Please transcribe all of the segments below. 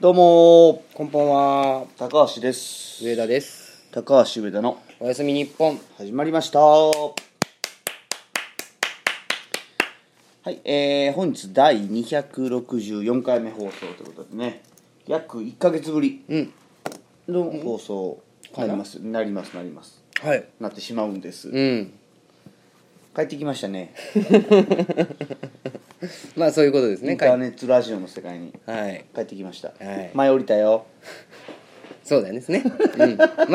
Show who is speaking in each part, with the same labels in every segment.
Speaker 1: どうもーこんばんは
Speaker 2: 高橋です
Speaker 1: 上田です
Speaker 2: 高橋上田の
Speaker 1: おやすみ日本
Speaker 2: 始まりましたはいえー、本日第264回目放送ということでね約1か月ぶり
Speaker 1: うん
Speaker 2: の放送なります、なりますなります
Speaker 1: はい
Speaker 2: なってしまうんです、
Speaker 1: うん
Speaker 2: 帰ってきましたね
Speaker 1: まあそういうことです
Speaker 2: イ
Speaker 1: ね
Speaker 2: ンターネットラジオの世界に
Speaker 1: はい
Speaker 2: 帰ってきました、
Speaker 1: はい
Speaker 2: 前降りたよ
Speaker 1: そうだよねですね、うん、間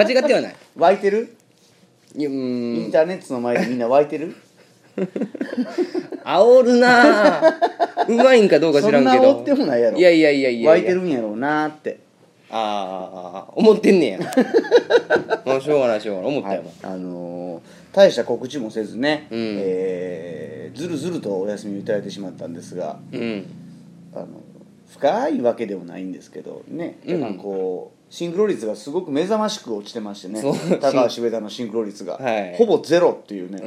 Speaker 1: 違ってはない
Speaker 2: 湧いてる、
Speaker 1: いやう
Speaker 2: イン
Speaker 1: ーん
Speaker 2: ターネットの前でみんな湧いてる
Speaker 1: 煽るなあうまいんかどうか知らんけ
Speaker 2: そん
Speaker 1: ど
Speaker 2: な煽ってもないやろ
Speaker 1: いやいやいやいや
Speaker 2: 湧
Speaker 1: や
Speaker 2: いてるんやろうなーって
Speaker 1: ああ思ってんねやもうしょうがないしょうがない思った
Speaker 2: は
Speaker 1: よ、
Speaker 2: い、あのー大した告知もせずね、
Speaker 1: うん
Speaker 2: えーずるずるとお休みをいただいてしまったんですが
Speaker 1: うん
Speaker 2: あの深いわけでもないんですけどね、
Speaker 1: うん
Speaker 2: なんかこうシンクロ率がすごく目覚ましく落ちてましてね
Speaker 1: そう
Speaker 2: 高橋上田のシンクロ率が、
Speaker 1: はい
Speaker 2: ほぼゼロっていう
Speaker 1: う
Speaker 2: ね、
Speaker 1: ん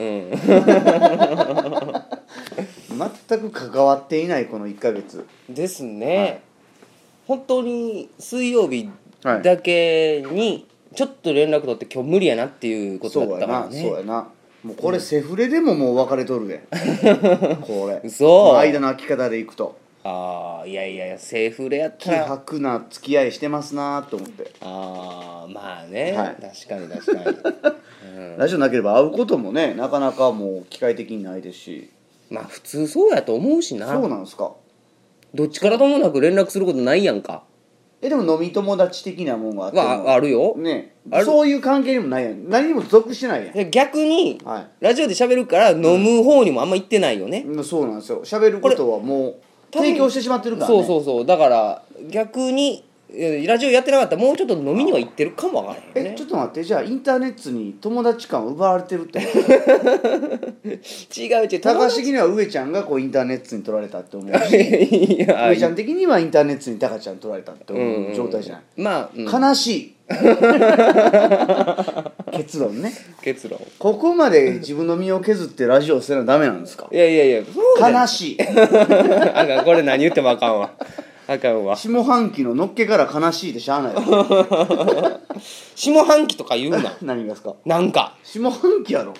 Speaker 2: 全く関わっていないこの1か月
Speaker 1: です
Speaker 2: は
Speaker 1: ね
Speaker 2: い、
Speaker 1: 本当に水曜日
Speaker 2: はい
Speaker 1: だけにちょっと連絡取って今日無理やなっていうこと
Speaker 2: そ
Speaker 1: だっ
Speaker 2: う
Speaker 1: た
Speaker 2: や
Speaker 1: か
Speaker 2: な、
Speaker 1: らね
Speaker 2: そうやなもうこれセフレでももう別れとる でこれ
Speaker 1: 嘘
Speaker 2: この間の空き方でいくと
Speaker 1: ああいやいやいやセーフレやっ
Speaker 2: 気
Speaker 1: たら
Speaker 2: 迫な付き合いしてますなーと思って
Speaker 1: ああまあね、
Speaker 2: はい
Speaker 1: 確かに確かに
Speaker 2: ラジオなければ会うこともねなかなかもう機械的にないですし
Speaker 1: まあ普通そうやと思うしな
Speaker 2: そうなんですか
Speaker 1: どっちからともなく連絡することないやんか
Speaker 2: えでも飲み友達的なもんがあっても、
Speaker 1: はああるよ、
Speaker 2: ね
Speaker 1: ある
Speaker 2: そういう関係にもないやん何にも属してないやん、
Speaker 1: で逆に、
Speaker 2: はい
Speaker 1: ラジオで喋るから飲む方にもあんま行ってないよね、
Speaker 2: うんそうなんですよ喋ることはもう
Speaker 1: 多分
Speaker 2: 提供してしまってるから、ね、
Speaker 1: そうそうそうだから逆にえーラジオやってなかったらもうちょっと飲みには行ってるかもわからへんよ
Speaker 2: え
Speaker 1: ね
Speaker 2: ちょっと待ってじゃあインターネットに友達感を奪われてるって
Speaker 1: 違う違う
Speaker 2: 高
Speaker 1: 友
Speaker 2: 橋
Speaker 1: 達
Speaker 2: 的には上ちゃんがこうインターネットに取られたって思う
Speaker 1: いや
Speaker 2: 上ちゃん的にはインターネットに高ちゃん取られたって
Speaker 1: うん
Speaker 2: 思う状態じゃない、
Speaker 1: まあ、うん
Speaker 2: 悲しい 結論ね
Speaker 1: 結論
Speaker 2: ここまで自分の身を削ってラジオをするのはダメなんですか
Speaker 1: いやいやいやそうじゃない
Speaker 2: 悲しい
Speaker 1: あかんこれ何言ってもあかんわあかんわ
Speaker 2: 下半期ののっけから悲しいでしゃあない わ
Speaker 1: 下半期とか言うな
Speaker 2: 何がですか
Speaker 1: なんか
Speaker 2: 下半期やろ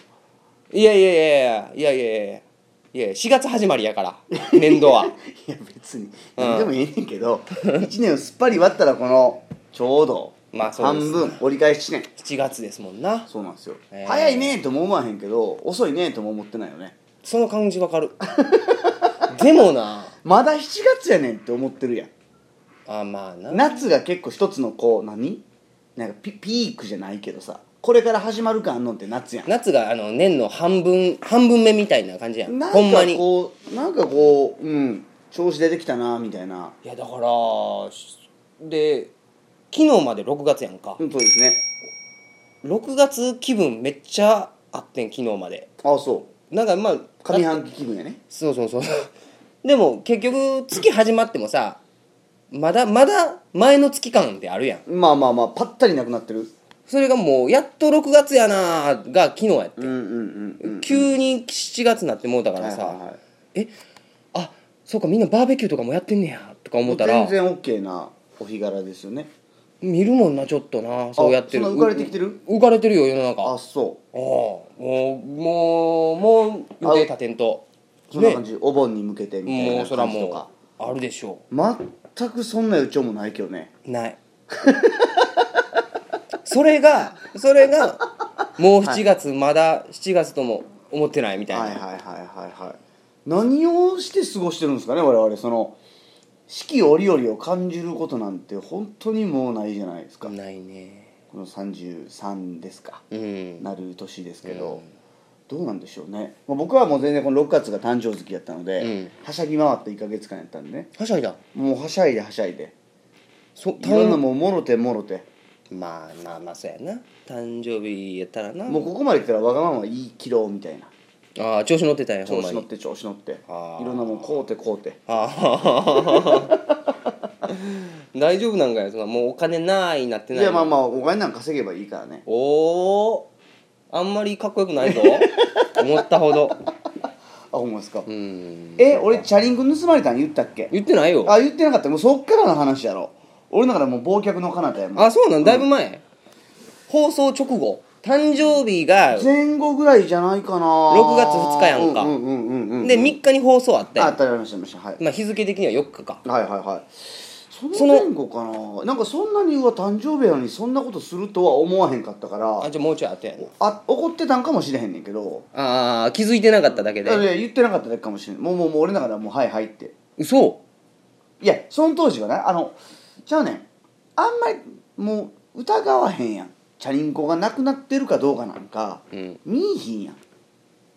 Speaker 1: いやいやいやいやいやいやいやいや4月始まり やから年度は
Speaker 2: いや別に何でもええねんけ ど、1年をすっぱり割ったらこのちょうど
Speaker 1: まあそう
Speaker 2: 半
Speaker 1: です
Speaker 2: 分折り返し1年
Speaker 1: 7月ですもんな
Speaker 2: そうなんですよ、
Speaker 1: えー
Speaker 2: 早いねとも思わへんけど遅いねとも思ってないよね
Speaker 1: その感じわかるでもな
Speaker 2: まだ7月やねんって思ってるやん
Speaker 1: あまあな
Speaker 2: 夏が結構一つのこう何なんかピピークじゃないけどさこれから始まる感あんのって夏やん
Speaker 1: 夏があの年の半分半分目みたいな感じやん
Speaker 2: なん
Speaker 1: ほんま
Speaker 2: か
Speaker 1: に
Speaker 2: こうなんかこううん調子出てきたなみたいない
Speaker 1: やだからしで昨日まで6月やんか
Speaker 2: うんそうですね
Speaker 1: 6月気分めっちゃあってん昨日まで
Speaker 2: あそ
Speaker 1: なんかまあ
Speaker 2: う上半期気分やね
Speaker 1: そうそうそうでも結局月始まってもさまだまだ前の月間であるやん
Speaker 2: まあまあまあパッタリなくなってる
Speaker 1: それがもうやっと6月やなーが昨日やって
Speaker 2: うんうんうん
Speaker 1: 急に7月になってもうたからさ、
Speaker 2: はいはいはい
Speaker 1: あそうかみんなバーベキューとかもやってんねやとか思ったら
Speaker 2: 全然 OK なお日柄ですよね
Speaker 1: 見るもんなちょっとなそうやってる
Speaker 2: そんな浮かれてきてる
Speaker 1: う浮かれてるよ世の中あ
Speaker 2: あ
Speaker 1: あ
Speaker 2: そ
Speaker 1: もうもうもう予定立てんと
Speaker 2: うそんな感じ、お盆に向けてみたい
Speaker 1: も
Speaker 2: な
Speaker 1: うそら
Speaker 2: 感じとか
Speaker 1: もうあるでしょ
Speaker 2: 全くそんな予兆もないけどね
Speaker 1: うないそれがそれがもう7月、まだ7月とも思ってないみたいな、
Speaker 2: はいはいはいはいはい何をして過ごしてるんですかね我々その四季折々を感じることなんて本当にもうないじゃないですか、
Speaker 1: ないね
Speaker 2: この33ですか、
Speaker 1: うん
Speaker 2: なる年ですけど、どうなんでしょうね、まあ、僕はもう全然この6月が誕生月やったので、
Speaker 1: うん
Speaker 2: はしゃぎ回って1か月間やったんでね
Speaker 1: はしゃいだ
Speaker 2: もうはしゃいではしゃいで
Speaker 1: そ
Speaker 2: いろんな
Speaker 1: 誕
Speaker 2: もうもろてもろて
Speaker 1: まあまあまあそうやな誕生日やったらな
Speaker 2: もうここまで来たらわがままはいい切ろうみたいな
Speaker 1: ああ調子乗ってたよ
Speaker 2: 調
Speaker 1: ほんま
Speaker 2: 子乗っ
Speaker 1: に
Speaker 2: て調子乗ってい
Speaker 1: あー
Speaker 2: ろんなもんこうてこうて
Speaker 1: ああ大丈夫なんかよそんなもうお金ないなって
Speaker 2: い
Speaker 1: ない
Speaker 2: やまあまあお金なんか稼げばいいからね
Speaker 1: おおあんまりかっこよく ないぞ思ったほど
Speaker 2: あほんまですか、
Speaker 1: うん
Speaker 2: え俺チャリンコ盗まれたん言ったっけ
Speaker 1: 言ってないよ
Speaker 2: あ言ってなかったもうそっからの話やろ俺だからもう忘却の彼方やもん
Speaker 1: あそうなんだいぶ前、放送直後誕生日がで
Speaker 2: 前後ぐらいじゃないかな
Speaker 1: 6月2日やんか
Speaker 2: うんうんうんうんうん
Speaker 1: 3日に放送あった
Speaker 2: あ
Speaker 1: や
Speaker 2: あったりましたありましたはい
Speaker 1: んまあ、日付的には4日か
Speaker 2: はいはいはいそ
Speaker 1: そ
Speaker 2: の
Speaker 1: の
Speaker 2: 前後かななんかそんなにうわ誕生日やのにそんなことするとは思わへんかったから
Speaker 1: あじゃあもうちょいあったやんな
Speaker 2: あ怒ってたんかもしれへんねんけど
Speaker 1: ああ気づいてなかっただけ
Speaker 2: いやい
Speaker 1: で
Speaker 2: や言ってなかっただけかもしれんもうもうもう俺の中ではもうはいはいって
Speaker 1: 嘘
Speaker 2: いやその当時はねあのちゃうねんあんまりもう疑わへんやんチャリンコがなくなってるかどうかなんか、
Speaker 1: うん
Speaker 2: 見いひんや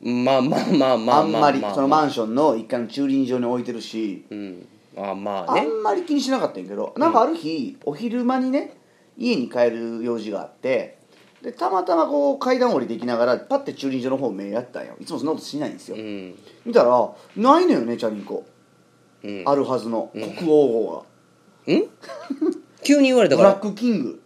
Speaker 2: ん
Speaker 1: まあまあまあま
Speaker 2: あ
Speaker 1: あ
Speaker 2: ん
Speaker 1: まあ
Speaker 2: まり
Speaker 1: まあ
Speaker 2: そのマンションの一階の駐輪場に置いてるし
Speaker 1: うんあまあ
Speaker 2: あ
Speaker 1: ね
Speaker 2: んまり気にしなかったんやけどなんかある日お昼間にね家に帰る用事があってでたまたまこう階段降りできながらパッて駐輪場の方目やったんよいつもそんなことしないんですよ
Speaker 1: うん
Speaker 2: 見たらないのよねチャリンコ
Speaker 1: うん
Speaker 2: あるはずの国王号
Speaker 1: ん急に言われ
Speaker 2: がブ
Speaker 1: たか
Speaker 2: ラッ
Speaker 1: らっ
Speaker 2: クキング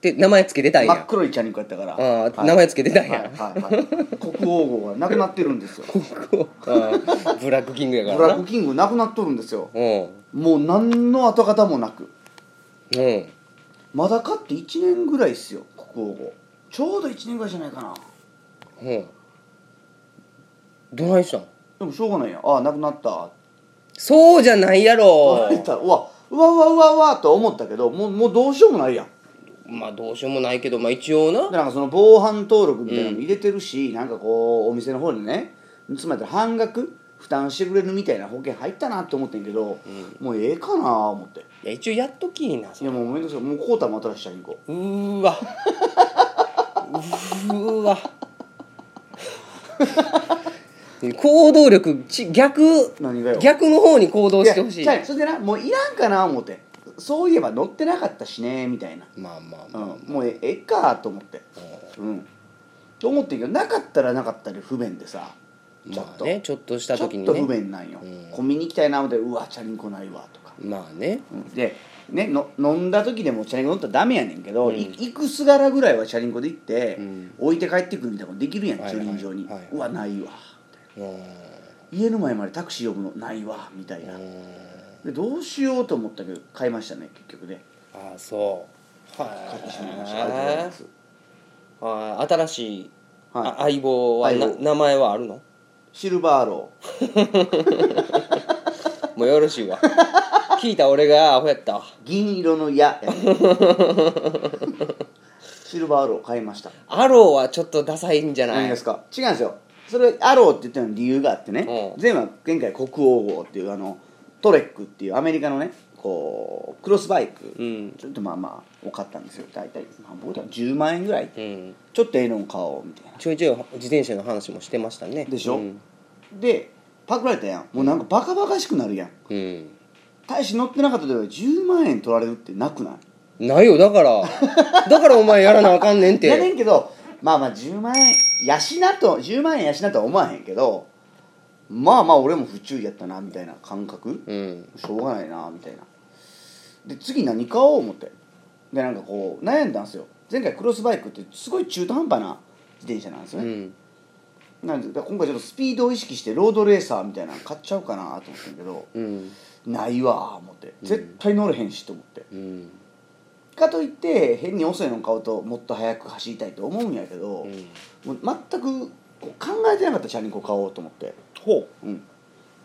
Speaker 1: て名前つけてたん
Speaker 2: 真
Speaker 1: や
Speaker 2: っ黒いチャリンコやったから
Speaker 1: あー
Speaker 2: はい
Speaker 1: 名前つけてたんや
Speaker 2: はいはいはい国王号がなくなってるんですよブ
Speaker 1: あー ブラックキングやから
Speaker 2: ラッ
Speaker 1: な
Speaker 2: クキングなくなっとるんですよ
Speaker 1: うん
Speaker 2: もう何の跡形もなく
Speaker 1: うん
Speaker 2: まだ勝って1年ぐらいっすよ国王号ちょうど1年ぐらいじゃないかな
Speaker 1: うんどないしたん
Speaker 2: でもしょうがないやああなくなった
Speaker 1: そうじゃないや
Speaker 2: 取
Speaker 1: ろ
Speaker 2: られたらうわうわうわうわうわと思ったけどもうもうどうしようもないやん
Speaker 1: まあどうしようもないけどまあ一応な
Speaker 2: でなんかその防犯登録みたいなのも入れてるし、なんかこうお店の方にねつまり半額負担してくれるみたいな保険入ったなって思ってんけど、もうええかな思って
Speaker 1: いや一応やっときいなそ
Speaker 2: い
Speaker 1: れ
Speaker 2: やもうめんどくさいもうこうたも新しいチャリンコ
Speaker 1: うーわうー わ行動力ち逆
Speaker 2: 何がよ
Speaker 1: 逆の方に行動してほしい
Speaker 2: やちゃうそれでなもういらんかな思ってそういえば乗ってなかったしねみたいな、
Speaker 1: まあまあ
Speaker 2: う
Speaker 1: まあ、
Speaker 2: ん、もうえええかと思ってうんと思ってんけどなかったらなかったで不便でさちょっ
Speaker 1: まあ
Speaker 2: と、
Speaker 1: ねちょっとした
Speaker 2: ちょっ
Speaker 1: 時に
Speaker 2: と不
Speaker 1: ね
Speaker 2: 便なんよ、コンビニ行きたいな思ってうわチャリンコないわとか
Speaker 1: まあね
Speaker 2: で、ね、の飲んだ時でもチャリンコ乗ったらダメやねんけど、い行くすがらぐらいはチャリンコで行って、置いて帰ってくるみたいなことできるやん
Speaker 1: はいはい
Speaker 2: 駐輪場に、
Speaker 1: はいはいう
Speaker 2: わないわ
Speaker 1: うん
Speaker 2: 家の前までタクシー呼ぶのないわみたいな、でどうしようと思ったけど買いましたね結局ね
Speaker 1: ああそう
Speaker 2: 買ってしまいましたありがとうござい
Speaker 1: は
Speaker 2: ます
Speaker 1: ああ新しい、
Speaker 2: はい
Speaker 1: あ相棒はな
Speaker 2: 相棒
Speaker 1: 名前はあるの
Speaker 2: シルバーロー
Speaker 1: もうよろしいわ 聞いた俺がアホやったわ
Speaker 2: 銀色の矢や シルバーロー買いました
Speaker 1: アローはちょっとダサいんじゃな
Speaker 2: 何
Speaker 1: い
Speaker 2: ですか違うんですよそれアローって言ったのに理由があってね、
Speaker 1: うん
Speaker 2: 前は前回国王号っていうあのトレックっていうアメリカのねこうクロスバイク、
Speaker 1: うん
Speaker 2: ちょっとまあまあを買ったんですよ大体、まあ、僕だ10万円ぐらい、
Speaker 1: うん
Speaker 2: ちょっとええのを買おうみたいな
Speaker 1: ちょいちょい自転車の話もしてましたね
Speaker 2: でしょ、
Speaker 1: うん、
Speaker 2: でパクられたやんもうなんかバカバカしくなるやん
Speaker 1: うん
Speaker 2: 大して乗ってなかったでは10万円取られるってなくない
Speaker 1: ないよだからだからお前やらなあかんねんっ
Speaker 2: やね
Speaker 1: て
Speaker 2: んけどまあまあ10万円養と10万円養とは思わへんけどまあまあ俺も不注意やったなみたいな感覚、
Speaker 1: うん
Speaker 2: しょうがないなみたいなで次何買おう思ってでなんかこう悩んだんですよ前回クロスバイクってすごい中途半端な自転車なんです
Speaker 1: う
Speaker 2: よね、
Speaker 1: ん
Speaker 2: なんでだから今回ちょっとスピードを意識してロードレーサーみたいなの買っちゃおうかなと思ったんだけど
Speaker 1: うん
Speaker 2: ないわ思って絶対乗れへんしと思って、
Speaker 1: うん
Speaker 2: かといって変に遅いの買うともっと速く走りたいと思うんやけど、もう全くこう考えてなかったチャリンコ買おうと思って
Speaker 1: ほ
Speaker 2: うん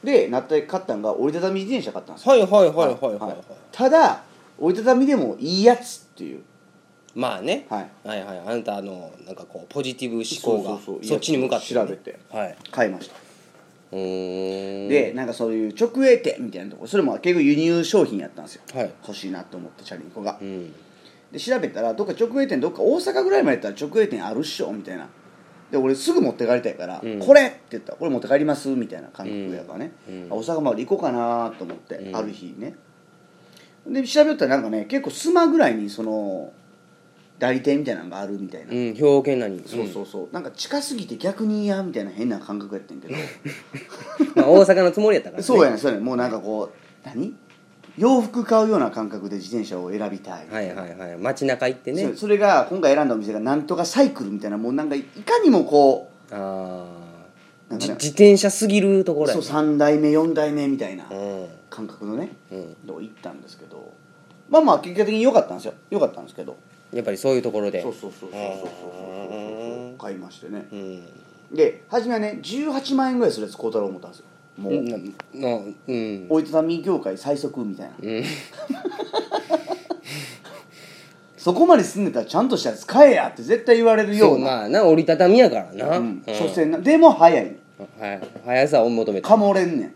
Speaker 2: でなった買ったんが折りたたみ自転車買ったんですよ
Speaker 1: はいはいはいはいはい、はい、
Speaker 2: ただ折りたたみでもいいやつっていう
Speaker 1: まあね、
Speaker 2: はい
Speaker 1: はいはいあなたのなんかこうポジティブ思考が
Speaker 2: そうそうそう
Speaker 1: そっちに向かって、
Speaker 2: 調べて
Speaker 1: はい
Speaker 2: 買いました、
Speaker 1: うーん
Speaker 2: でなんかそういう直営店みたいなとこそれも結構輸入商品やったんですよ、
Speaker 1: はい
Speaker 2: 欲しいなと思ってチャリンコが、
Speaker 1: うん
Speaker 2: で調べたらどっか直営店どっか大阪ぐらいまでやったら直営店あるっしょみたいなで俺すぐ持って帰りたいから「
Speaker 1: ん
Speaker 2: これ!」って言ったら「これ持って帰ります」みたいな感覚やからね、あ大阪まで行こうかなと思って、
Speaker 1: うん
Speaker 2: ある日ねで調べたらなんかね結構スマぐらいにその代理店みたいなのがあるみたいな、
Speaker 1: うん兵庫県内に
Speaker 2: そうそうそうなんか近すぎて逆に嫌みたいな変な感覚やってんけど
Speaker 1: うんまあ、大阪のつもりやったから、ね、
Speaker 2: そうやねそうやねもうなんかこう何洋服買うような感覚で自転車を選びたい、
Speaker 1: はいはいはい街中行ってね
Speaker 2: そそれが今回選んだお店がなんとかサイクルみたいなもうなんかいかにもこ
Speaker 1: あ
Speaker 2: な
Speaker 1: あ
Speaker 2: んか
Speaker 1: じ
Speaker 2: ね
Speaker 1: 自転車すぎるとこ
Speaker 2: う
Speaker 1: ろや
Speaker 2: そう3代目4代目みたいな
Speaker 1: うん
Speaker 2: 感覚のね、
Speaker 1: うん
Speaker 2: どう行ったんですけどまあまあ結果的に良かったんですよ良かったんですけど
Speaker 1: やっぱりそういうところで
Speaker 2: そうそうそうそうそうそうそうそう買いましてね
Speaker 1: うん
Speaker 2: で初めはね18万円ぐらいするやつ孝太郎思ったんですよもう、
Speaker 1: ななうん
Speaker 2: 折りたたみ業界最速みたいな、 そこまですんでたらちゃんとしたやつ買えやって絶対言われるよ
Speaker 1: そうう
Speaker 2: な
Speaker 1: まあな折りたたみやからな、
Speaker 2: う
Speaker 1: うんん
Speaker 2: 所詮なでも早いねん
Speaker 1: はい、速さを求めて
Speaker 2: かもれんねん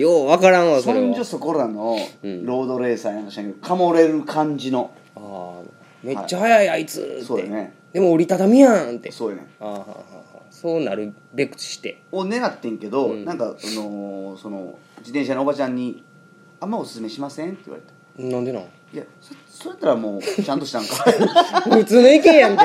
Speaker 1: ようわからんわ
Speaker 2: そ
Speaker 1: それ
Speaker 2: んじ
Speaker 1: は
Speaker 2: ょそこらのロードレーサーやなんかしらんけどかもれる感じの
Speaker 1: あーめっちゃ速いあいつって
Speaker 2: そうやね
Speaker 1: でも折りたたみやんって
Speaker 2: そうやねん
Speaker 1: あーはーはーはーそうなるべくして
Speaker 2: を狙ってんけど、なんか、あのーその自転車のおばちゃんに「あんまおすすめしません?」って言われて
Speaker 1: なん でなん
Speaker 2: 「いやそそれやったらもうちゃんとしたんかい」
Speaker 1: 普通の意見やんけ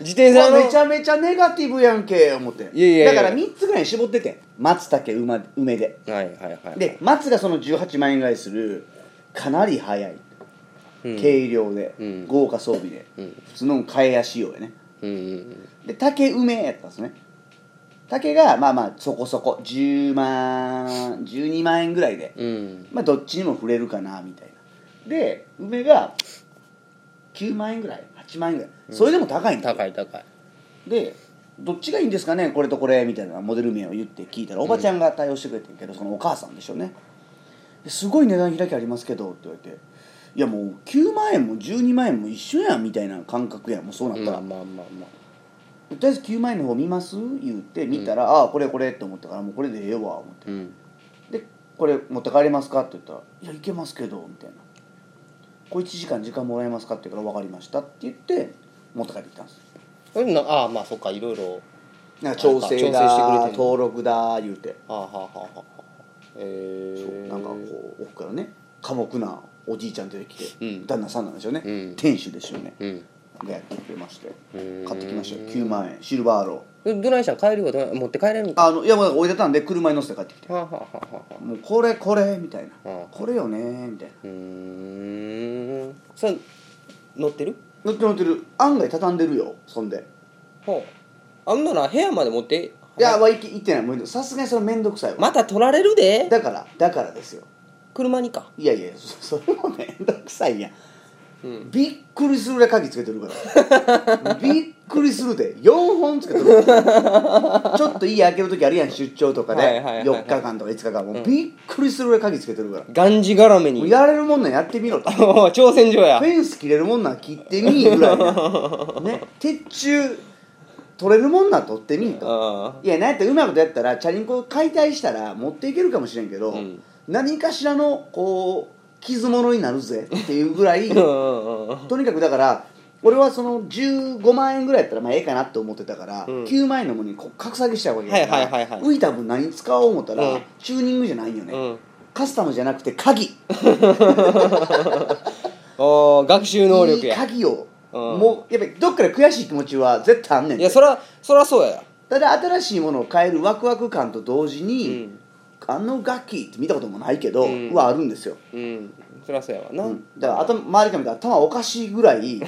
Speaker 1: 自 転車
Speaker 2: うわ
Speaker 1: の
Speaker 2: めちゃめちゃネガティブやんけ思って
Speaker 1: いやいやいや
Speaker 2: だから3つぐらいに絞ってて松茸梅梅で
Speaker 1: はいはいはい
Speaker 2: で松がその18万円ぐらいするかなり早い、軽量で、
Speaker 1: ん
Speaker 2: 豪華装備で、普通の替えや仕様やね
Speaker 1: うんうん
Speaker 2: で竹梅やったんですね竹がまあまあそこそこ10万12万円ぐらいで、
Speaker 1: うんうん
Speaker 2: まあどっちにも触れるかなみたいなで梅が9万円ぐらい8万円ぐらいそれでも高いんだよ、
Speaker 1: 高い高い
Speaker 2: でどっちがいいんですかねこれとこれみたいなモデル名を言って聞いたらおばちゃんが対応してくれてるけど、そのお母さんでしょうねですごい値段開きありますけどって言われていやもう9万円も12万円も一緒やんみたいな感覚やんもうそうなった
Speaker 1: ま
Speaker 2: ら、
Speaker 1: あまあまあま
Speaker 2: と
Speaker 1: あ
Speaker 2: りあえず9万円の方見ます言って見たら、ああこれこれって思ったからもうこれでええわ思って
Speaker 1: うん
Speaker 2: でこれ持って帰れますかって言ったら「いやいけますけど」みたいな「これ1時間時間もらえますか?」って言うから「分かりました」って言って持って帰ってきたんです
Speaker 1: それなああまあそっかいろいろ
Speaker 2: なんか調整だ
Speaker 1: 調整してくれてんの
Speaker 2: 登録だ言うて
Speaker 1: あーはーはーはーはーええー、
Speaker 2: なんかこう奥からね寡黙なおじいちゃん出てきて、
Speaker 1: うん
Speaker 2: 旦那さんなんでしょうね、
Speaker 1: うん
Speaker 2: 店主でしょうね、
Speaker 1: うん
Speaker 2: がやってくれまして
Speaker 1: うん
Speaker 2: 買ってきましたよ9万円シルバーロー
Speaker 1: えどないしたん帰りはどない持って帰れるんか
Speaker 2: あのいやもうだから置いてたんで車に乗せて帰ってきて
Speaker 1: はあ、はあはあはあはあ、
Speaker 2: もうこれこれみたいな、
Speaker 1: うん
Speaker 2: これよねみたいな
Speaker 1: うーんそれ乗ってる
Speaker 2: 乗ってる乗ってる案外畳んでるよそんで
Speaker 1: ほうあんなら部屋まで持って
Speaker 2: いやわいき行ってないもうさすがにそれ面倒くさいわ、
Speaker 1: また取られるで
Speaker 2: だからだからですよ
Speaker 1: 車にか
Speaker 2: いやいやそそれも面倒くさいやん
Speaker 1: うん
Speaker 2: びっくりするぐらい鍵つけてるから びっくりするで4本つけてるからちょっと家開ける時あるやん出張とか
Speaker 1: はいはい
Speaker 2: で
Speaker 1: はいはい
Speaker 2: 4日間とか5日間もうびっくりするぐらい鍵つけてるから
Speaker 1: がんじがらめ
Speaker 2: もう
Speaker 1: に
Speaker 2: やれるもんなんやってみろとフ
Speaker 1: おう挑戦状や
Speaker 2: ェンス切れるもんなん切ってみぐらい なね鉄柱取れるもんなん取ってみと
Speaker 1: あ
Speaker 2: いやなんやったらうまいことやったらチャリンコ解体したら持っていけるかもしれんけど、
Speaker 1: うん
Speaker 2: 何かしらのこう傷物になるぜっていうぐらい
Speaker 1: あうんうんうん
Speaker 2: とにかくだから俺はその15万円ぐらいやったらまあええかなって思ってたから、
Speaker 1: うん
Speaker 2: 9万円のものにこう格下げしちゃうわけやから、
Speaker 1: はいはいはいはい
Speaker 2: 浮いた分何使おう思ったら、
Speaker 1: うん
Speaker 2: チューニングじゃないよね、
Speaker 1: うん
Speaker 2: カスタムじゃなくて鍵
Speaker 1: おー学習能力
Speaker 2: いい
Speaker 1: や
Speaker 2: 鍵を、
Speaker 1: うん
Speaker 2: もうやっぱりどっかで悔しい気持ちは絶対あんねん
Speaker 1: い
Speaker 2: て
Speaker 1: やそらそらそうや
Speaker 2: ただ新しいものを変えるワクワク感と同時に、
Speaker 1: うん
Speaker 2: あの楽器って見たこともないけど、
Speaker 1: うん
Speaker 2: はあるんですよ、
Speaker 1: うんそらそうやわな、
Speaker 2: うんだから頭周りから見たら頭おかしいぐら い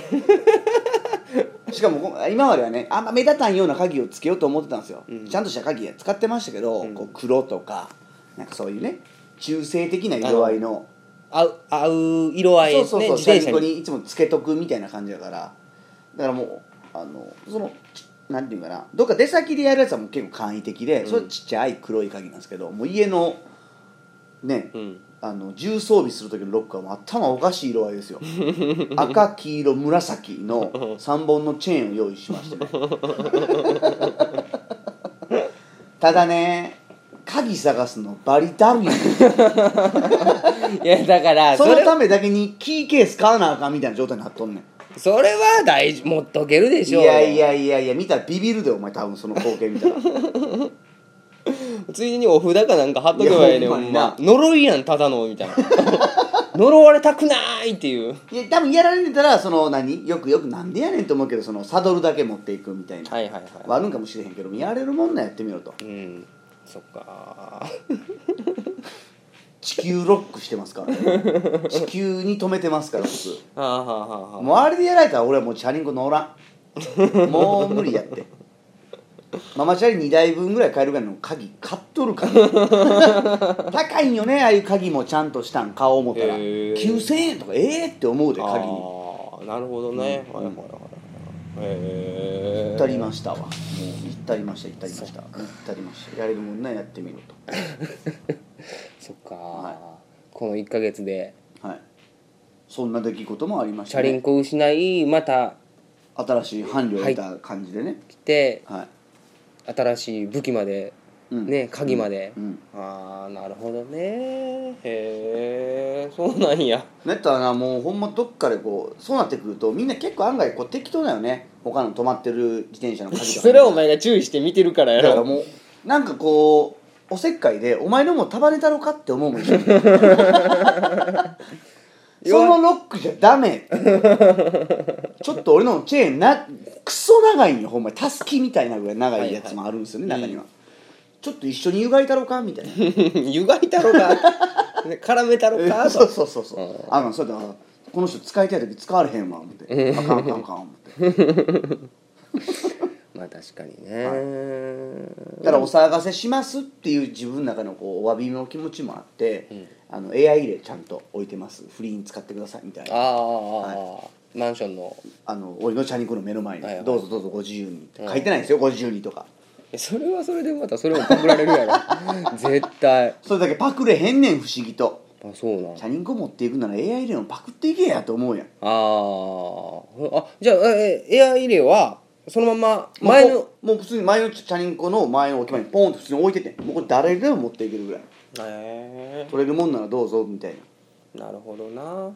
Speaker 2: しかもこ今まではねあんま目立たんような鍵をつけようと思ってたんですよ、ちゃんとした鍵使ってましたけど、こう黒とかなんかそういうね中性的な色合いの
Speaker 1: 合う合う色合い
Speaker 2: そ
Speaker 1: で
Speaker 2: う
Speaker 1: す
Speaker 2: そうそう、チャ
Speaker 1: ね自
Speaker 2: リ
Speaker 1: 転車
Speaker 2: ンコ
Speaker 1: に
Speaker 2: にいつもつけとくみたいな感じだからだからもうあのそのちなんていうかなどっか出先でやるやつはもう結構簡易的で、それはちっちゃい黒い鍵なんですけどもう家のね、
Speaker 1: うん
Speaker 2: あの重装備する時のロックはもう頭おかしい色合いです よ赤黄色紫の3本のチェーンを用意しましてね ただね鍵探すのバリダル やん
Speaker 1: いやだから
Speaker 2: そ
Speaker 1: そ
Speaker 2: の
Speaker 1: れ
Speaker 2: ためだけにキーケース買わなあかんみたいな状態になっとんねん
Speaker 1: それは大事持っとけるで
Speaker 2: い
Speaker 1: しょう
Speaker 2: やいやいやいや見たらビビるでお前多分その光景見 たら
Speaker 1: ついでにお札かなんか貼っとけばええねん
Speaker 2: いや
Speaker 1: ほ
Speaker 2: ほんまに
Speaker 1: ん
Speaker 2: な
Speaker 1: ま呪いやんただのみたいな 呪われたくないっていう
Speaker 2: いや多分やられてたらその何よくよくなんでやねんと思うけどそのサドルだけ持っていくみたいな、
Speaker 1: はいはい
Speaker 2: は
Speaker 1: は
Speaker 2: あるんかもしれへんけどやれるもんなんやってみろと
Speaker 1: いうんそっか
Speaker 2: 地球ロックしてますから、 ね、地球に止めてますから僕
Speaker 1: はあはあはあはあ
Speaker 2: もうあれでやられたら俺はもうチャリンコ乗らんもう無理やってママチャリ2台分ぐらい買えるぐらいの鍵買っとるから 高いんよねああいう鍵もちゃんとしたん買おう思ったら、
Speaker 1: へー
Speaker 2: 9000円とかええって思うで鍵に
Speaker 1: ああなるほどね、はいはいはいへえ
Speaker 2: 行ったりましたわもう行ったりました行ったりました行ったりましたやれるもんならやってみろ
Speaker 1: そっか、
Speaker 2: は
Speaker 1: この1か月で
Speaker 2: とはいそんな出来事もありまし
Speaker 1: チ
Speaker 2: た
Speaker 1: ャリン
Speaker 2: ね
Speaker 1: コを失いまた
Speaker 2: 新しい伴侶がいた感じでね
Speaker 1: 来て
Speaker 2: はい、
Speaker 1: 新しい武器まで、
Speaker 2: うん
Speaker 1: ね鍵まで、
Speaker 2: うん
Speaker 1: ああなるほどねへえそうなんや
Speaker 2: ネットはなもうほんまどっかでこうそうなってくるとみんな結構案外こう適当だよね他の止まってる自転車の鍵とか
Speaker 1: それはお前が注意して見てるからや
Speaker 2: だから
Speaker 1: ろ
Speaker 2: もうなんかこうおせっかいでお前のも束ねたろかって思うもんそ のロックじゃダメちょっと俺のチェーンなクソ長いんよほんまにたすきみたいなぐらい長いやつもあるんですよね、
Speaker 1: はいはい
Speaker 2: 中には、ちょっと一緒に湯がいたろかみ たいな
Speaker 1: 湯がいた ろかね絡めたろかと
Speaker 2: そうそうそうそう、あのそうだあこの人使いたい時使われへんわ思ってあかんあかんあかん思って
Speaker 1: まあ確かにね、
Speaker 2: だからお騒がせしますっていう自分の中のこうお詫びの気持ちもあって、あの AI 入れちゃんと置いてますフリーに使ってくださいみたい
Speaker 1: ああ
Speaker 2: なあ
Speaker 1: ああ、マンションの
Speaker 2: の俺のチャリンコの目の前に、
Speaker 1: はいはい
Speaker 2: どうぞどうぞご自由に」って書いてないんですよ、ご自由にとか
Speaker 1: えそれはそれでまたそれもパクられるやろ 絶対
Speaker 2: それだけパクれへんねん不思議と
Speaker 1: あそうなん
Speaker 2: チャリンコ持っていくなら AI 入れのパクっていけやと思うやん
Speaker 1: あーあじゃあえエア入れはそのまま前の
Speaker 2: もうもう普通に前のチャリンコの前の置き場にポンと普通に置いててもうこれ誰でも持っていけるぐらい
Speaker 1: へ
Speaker 2: 取れるもんならどうぞみたいな
Speaker 1: えなるほどなま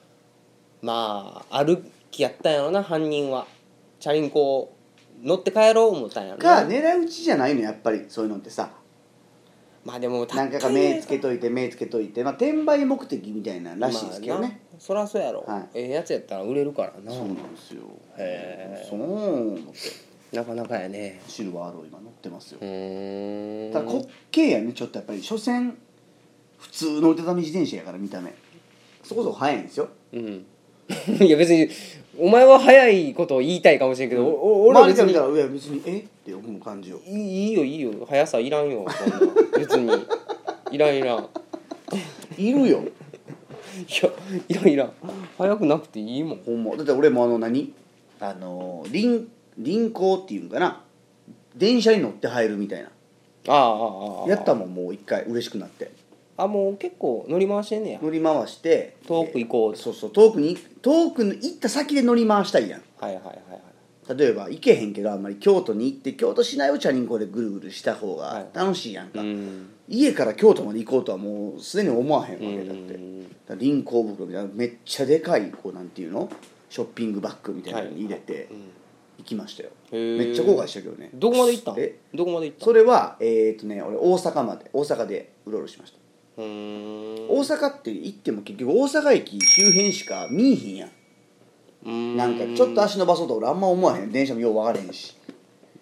Speaker 1: あまあ歩きやったんやろな犯人はチャリンコを乗って帰ろう思ったんやろ
Speaker 2: が
Speaker 1: な、
Speaker 2: 狙い撃ちじゃないのやっぱりそういうのってさ
Speaker 1: まあでも
Speaker 2: 何回か目つけといて目つけといて、まあ、転売目的みたいな
Speaker 1: た
Speaker 2: らしいですけどね、
Speaker 1: そらそうやろ、
Speaker 2: はい
Speaker 1: ええやつやったら売れるからな
Speaker 2: そうなんですよ
Speaker 1: へえ
Speaker 2: そう思って
Speaker 1: なかなかやね
Speaker 2: シルバーアロー今乗ってますよ
Speaker 1: う、ーん
Speaker 2: ただ滑稽やねちょっとやっぱり所詮普通の折りたたみ自転車やから見た目そこそこ速いんですよ
Speaker 1: うん、 いや別にお前は早いことを言いたいかもしれんけど、おお俺は
Speaker 2: 周り
Speaker 1: 別
Speaker 2: から見
Speaker 1: に
Speaker 2: たらいや別にえって思う感じを
Speaker 1: いいいいよいいよ速さいらんよそんな別に いらんいらんい
Speaker 2: いるよ
Speaker 1: やいらんいらん速くなくていいもん
Speaker 2: ほんまだって俺もあの何あのー輪輪行っていうんかな電車に乗って入るみたいな
Speaker 1: ああああああ
Speaker 2: やったもんもう一回嬉しくなって
Speaker 1: あもう結構乗り回してんねや
Speaker 2: 乗り回して
Speaker 1: 遠く行こうと
Speaker 2: そうそう遠くに遠くに行った先で乗り回したいやん
Speaker 1: はいはいはいはい
Speaker 2: 例えば行けへんけどあんまり京都に行って京都市内をチャリンコでぐるぐるした方
Speaker 1: は
Speaker 2: が
Speaker 1: い
Speaker 2: 楽しいやんか、
Speaker 1: うん
Speaker 2: 家から京都まで行こうとはもうすでに思わへんわけだっ
Speaker 1: う
Speaker 2: て
Speaker 1: ん
Speaker 2: だから臨行袋みたいなめっちゃでかいこうなんていうのショッピングバッグみたいなのに入れて行きましたよ、
Speaker 1: へー
Speaker 2: めっちゃ後悔したけどね
Speaker 1: どこまで行ったん
Speaker 2: え
Speaker 1: どこまで行ったん
Speaker 2: それはえーっとね俺大阪まで大阪でうろうろしました
Speaker 1: うーん
Speaker 2: 大阪って行っても結局大阪駅周辺しか見えへんやん
Speaker 1: うーん
Speaker 2: なんかちょっと足伸ばそうと俺あんま思わへん電車もよう分からへんし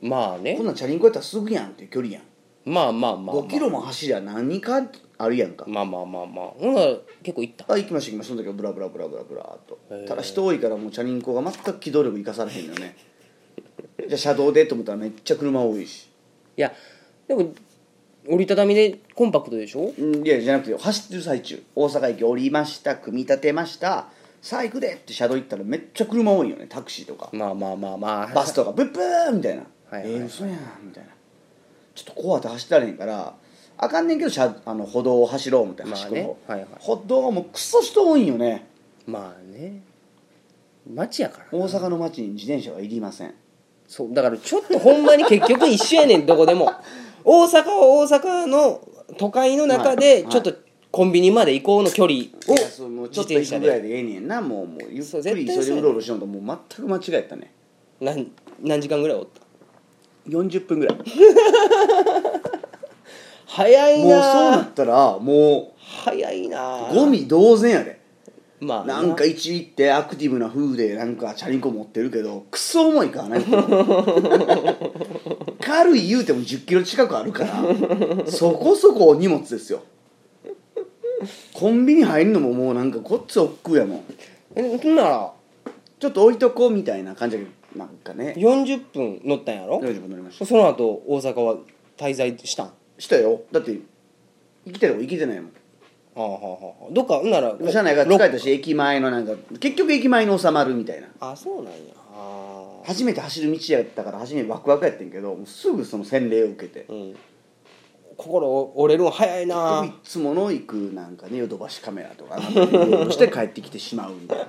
Speaker 1: まあね
Speaker 2: こんなんチャリンコやったらすぐやんっていう距離やん
Speaker 1: まあまあまあ、まあ、
Speaker 2: 5キロも走りゃ何かあるやんか
Speaker 1: まあまあまあまあほんなら結構行った
Speaker 2: あ行きました行きましたその時はブラブラブラブラブラーっと
Speaker 1: へー
Speaker 2: ただ人多いからもうチャリンコが全く機動力生かされへんのよねじゃあ車道でと思ったらめっちゃ車多いし
Speaker 1: いやでも折りたたみでコンパクトでしょ
Speaker 2: うんいやじゃなくて走ってる最中大阪駅降りました組み立てましたさあ行くでって車道行ったらめっちゃ車多いよねタクシーとか
Speaker 1: まあまあまあまあ
Speaker 2: バスとかブッブーみたいな「
Speaker 1: はいはい
Speaker 2: えー、嘘やん」みたいなちょっと怖って走ってられへんからあかんねんけど車あの歩道を走ろう思って
Speaker 1: まあね
Speaker 2: 走る方、
Speaker 1: はいはい
Speaker 2: 歩道がもうクソ人多いんよね
Speaker 1: まあね街やから
Speaker 2: 大阪の街に自転車はいりません
Speaker 1: そうだからちょっとほんまに結局一緒やねんどこでも大阪は大阪の都会の中
Speaker 2: はい
Speaker 1: で
Speaker 2: はい
Speaker 1: ちょっとコンビニまで行こうの距離を
Speaker 2: いやそうもうち
Speaker 1: 自
Speaker 2: ょっと
Speaker 1: 転
Speaker 2: 行
Speaker 1: 車
Speaker 2: くぐらい
Speaker 1: で
Speaker 2: でええねんなもうもうゆっ
Speaker 1: そう
Speaker 2: くり
Speaker 1: 絶対
Speaker 2: それ
Speaker 1: そう
Speaker 2: で
Speaker 1: やねん
Speaker 2: うろうろしようともう全く間違えたね
Speaker 1: 何何時間ぐらいおった
Speaker 2: 40分ぐらいもう
Speaker 1: 早
Speaker 2: そ
Speaker 1: い
Speaker 2: うな
Speaker 1: な
Speaker 2: ったらも
Speaker 1: 早いな
Speaker 2: うゴミ同然やで
Speaker 1: まあ
Speaker 2: なんか一行ってアクティブな風でなんかチャリンコ持ってるけどクソ重いから ね軽い言うても1 0キロ近くあるからそこそこ荷物ですよコンビニ入るのももうなんかこっち億劫やもん
Speaker 1: えほんなら
Speaker 2: ちょっと置いとこうみたいな感じだけどなんかね
Speaker 1: 40分乗ったんやろ
Speaker 2: 40分乗りました
Speaker 1: その後大阪は滞在したんあ
Speaker 2: したよだって生きてるか生きてないもん
Speaker 1: あはあはあどっかほんなら
Speaker 2: 車内が
Speaker 1: ろ
Speaker 2: 疲れたし駅前のなんか結局駅前に収まるみたいな
Speaker 1: あそうなんやああ
Speaker 2: 初めて走る道やったから初めワクワクやってんけどもうすぐその洗礼を受けて
Speaker 1: うん心折れるん早いない
Speaker 2: つもの行くなんかねヨドバシカメラとかなんかいろいろして帰ってきてしまうみたいな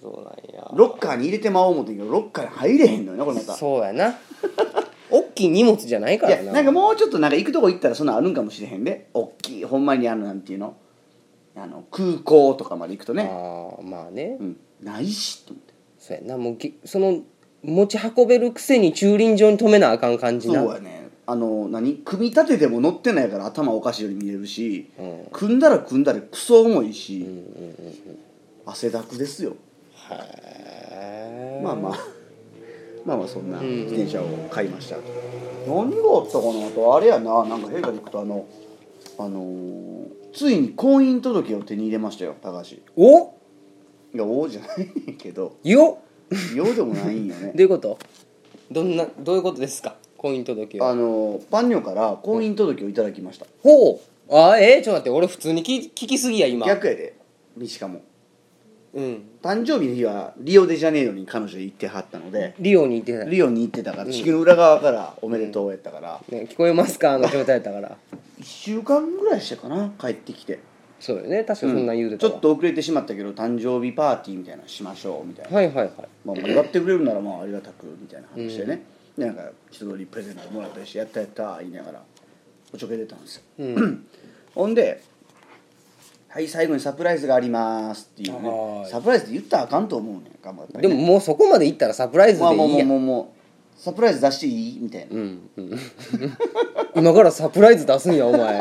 Speaker 1: そうなんや
Speaker 2: ロッカーに入れてまおう思ってんけどロッカーに入れへんのよなこれまた
Speaker 1: そうやな 大きい荷物じゃないから
Speaker 2: い
Speaker 1: な
Speaker 2: やなんかもうちょっとなんか行くとこ行ったらそんなんあるんかもしれへんでおっきいほんまにあのなんていうのあの空港とかまで行くとね、
Speaker 1: ああまあね、
Speaker 2: うん、ないしと思って
Speaker 1: そうやなもうぎその持ち運べるくせに駐輪場に止めなあかん感じな
Speaker 2: そうやねあの何組み立てても乗ってないから頭おかしいように見えるし、
Speaker 1: うん
Speaker 2: 組んだら組んだでクソ重いし、
Speaker 1: うんうんうんうん
Speaker 2: 汗だくですよ
Speaker 1: へえ
Speaker 2: まあま
Speaker 1: あ
Speaker 2: あ まあまあそんな
Speaker 1: うんうん
Speaker 2: 自転車を買いました、何があったかなあとあれやななんか陛下に行くとあのあのーついに婚姻届を手に入れましたよ高橋い
Speaker 1: お
Speaker 2: や王じゃないけど
Speaker 1: よ
Speaker 2: 用でもないんよね
Speaker 1: どういうことどんなどういうことですか婚姻届
Speaker 2: あ
Speaker 1: は
Speaker 2: のーパンニョから婚姻届をいただきました、
Speaker 1: ほうあーえー、ちょっと待って俺普通に聞き聞きすぎや今
Speaker 2: 逆やでしかも
Speaker 1: うん
Speaker 2: 誕生日の日はリオデジャネイロに彼女行ってはったので
Speaker 1: リオにいてた、ね、
Speaker 2: リオに行ってたから地球の裏側からおめでとうやったから、
Speaker 1: 聞こえますかの状態やったから
Speaker 2: 1週間ぐらいしてかな帰ってきて
Speaker 1: そうよね確かそんなん言うて
Speaker 2: ち
Speaker 1: たわ
Speaker 2: ょっと遅れてしまったけど誕生日パーティーみたいなのしましょうみたいな、
Speaker 1: はいはいはい
Speaker 2: まあ、祝ってくれるならまあありがたくみたいな話でね、でなんか一通りプレゼントもらったりしてやったやった言いながらおちょけ出たんですよ、 ほんで「はい最後にサプライズがあります」っていう
Speaker 1: は
Speaker 2: ね
Speaker 1: い
Speaker 2: サプライズって言ったらあかんと思うねんかもやっぱり
Speaker 1: で
Speaker 2: ね
Speaker 1: ももうそこまでいったらサプライズでいい
Speaker 2: ま
Speaker 1: や、
Speaker 2: あもうんもうもうもうサプライズ出していいみたいな、
Speaker 1: うんうん今からサプライズ出すんやお前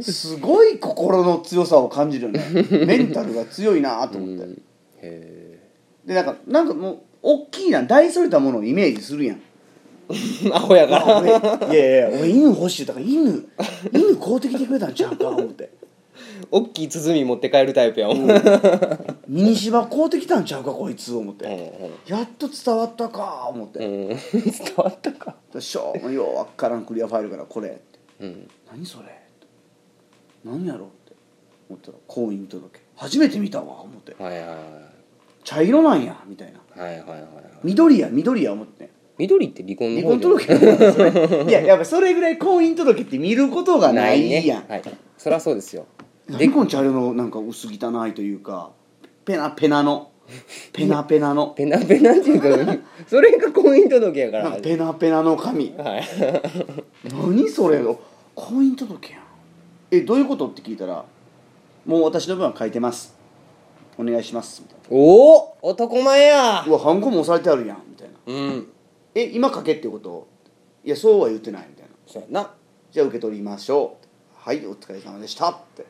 Speaker 2: すごい心の強さを感じ るよねメンタルが強いなと思って、
Speaker 1: へ
Speaker 2: でなんかなんかもう大きいな大それたものをイメージするや ん
Speaker 1: え アホやか
Speaker 2: あ
Speaker 1: ら
Speaker 2: 俺いやいや俺犬欲しいだから犬犬買うてきてくれたんちゃうか思って
Speaker 1: おっきい鼓持って帰るタイプやお前
Speaker 2: ミニ芝買うてきたんちゃうかこいつ思って、
Speaker 1: うんうん
Speaker 2: やっと伝わったか思って、
Speaker 1: うん伝わったか
Speaker 2: しょうもようわっからんクリアファイルからこれって
Speaker 1: うん
Speaker 2: 何それって何やろうって思ったら婚姻届初めて見たわ思って
Speaker 1: はいはいは
Speaker 2: 茶色なんやみたいない
Speaker 1: はいはいはいはい
Speaker 2: 緑や緑や思ってね
Speaker 1: 緑って離婚の
Speaker 2: 離
Speaker 1: 方
Speaker 2: 婚届やもんですねいややっぱそれぐらい婚姻届って見ることがな
Speaker 1: ない
Speaker 2: い
Speaker 1: ね
Speaker 2: やん
Speaker 1: はいそりゃそうですよ
Speaker 2: 離婚茶色のなんか薄汚いというかペナペナのペナペナの
Speaker 1: ペナペナっていう かそれが婚姻届やか
Speaker 2: なんからペナペナの紙
Speaker 1: はい
Speaker 2: 何それお婚姻届やんえどういうことって聞いたらもう私の分は書いてますお願いしますみたい
Speaker 1: おお男前や
Speaker 2: なうわハンコも押されてあるやんみたいな
Speaker 1: うん
Speaker 2: え今書けってこといやそうは言ってないみたいな
Speaker 1: そうやな
Speaker 2: じゃあ受け取りましょうはいお疲れ様でした って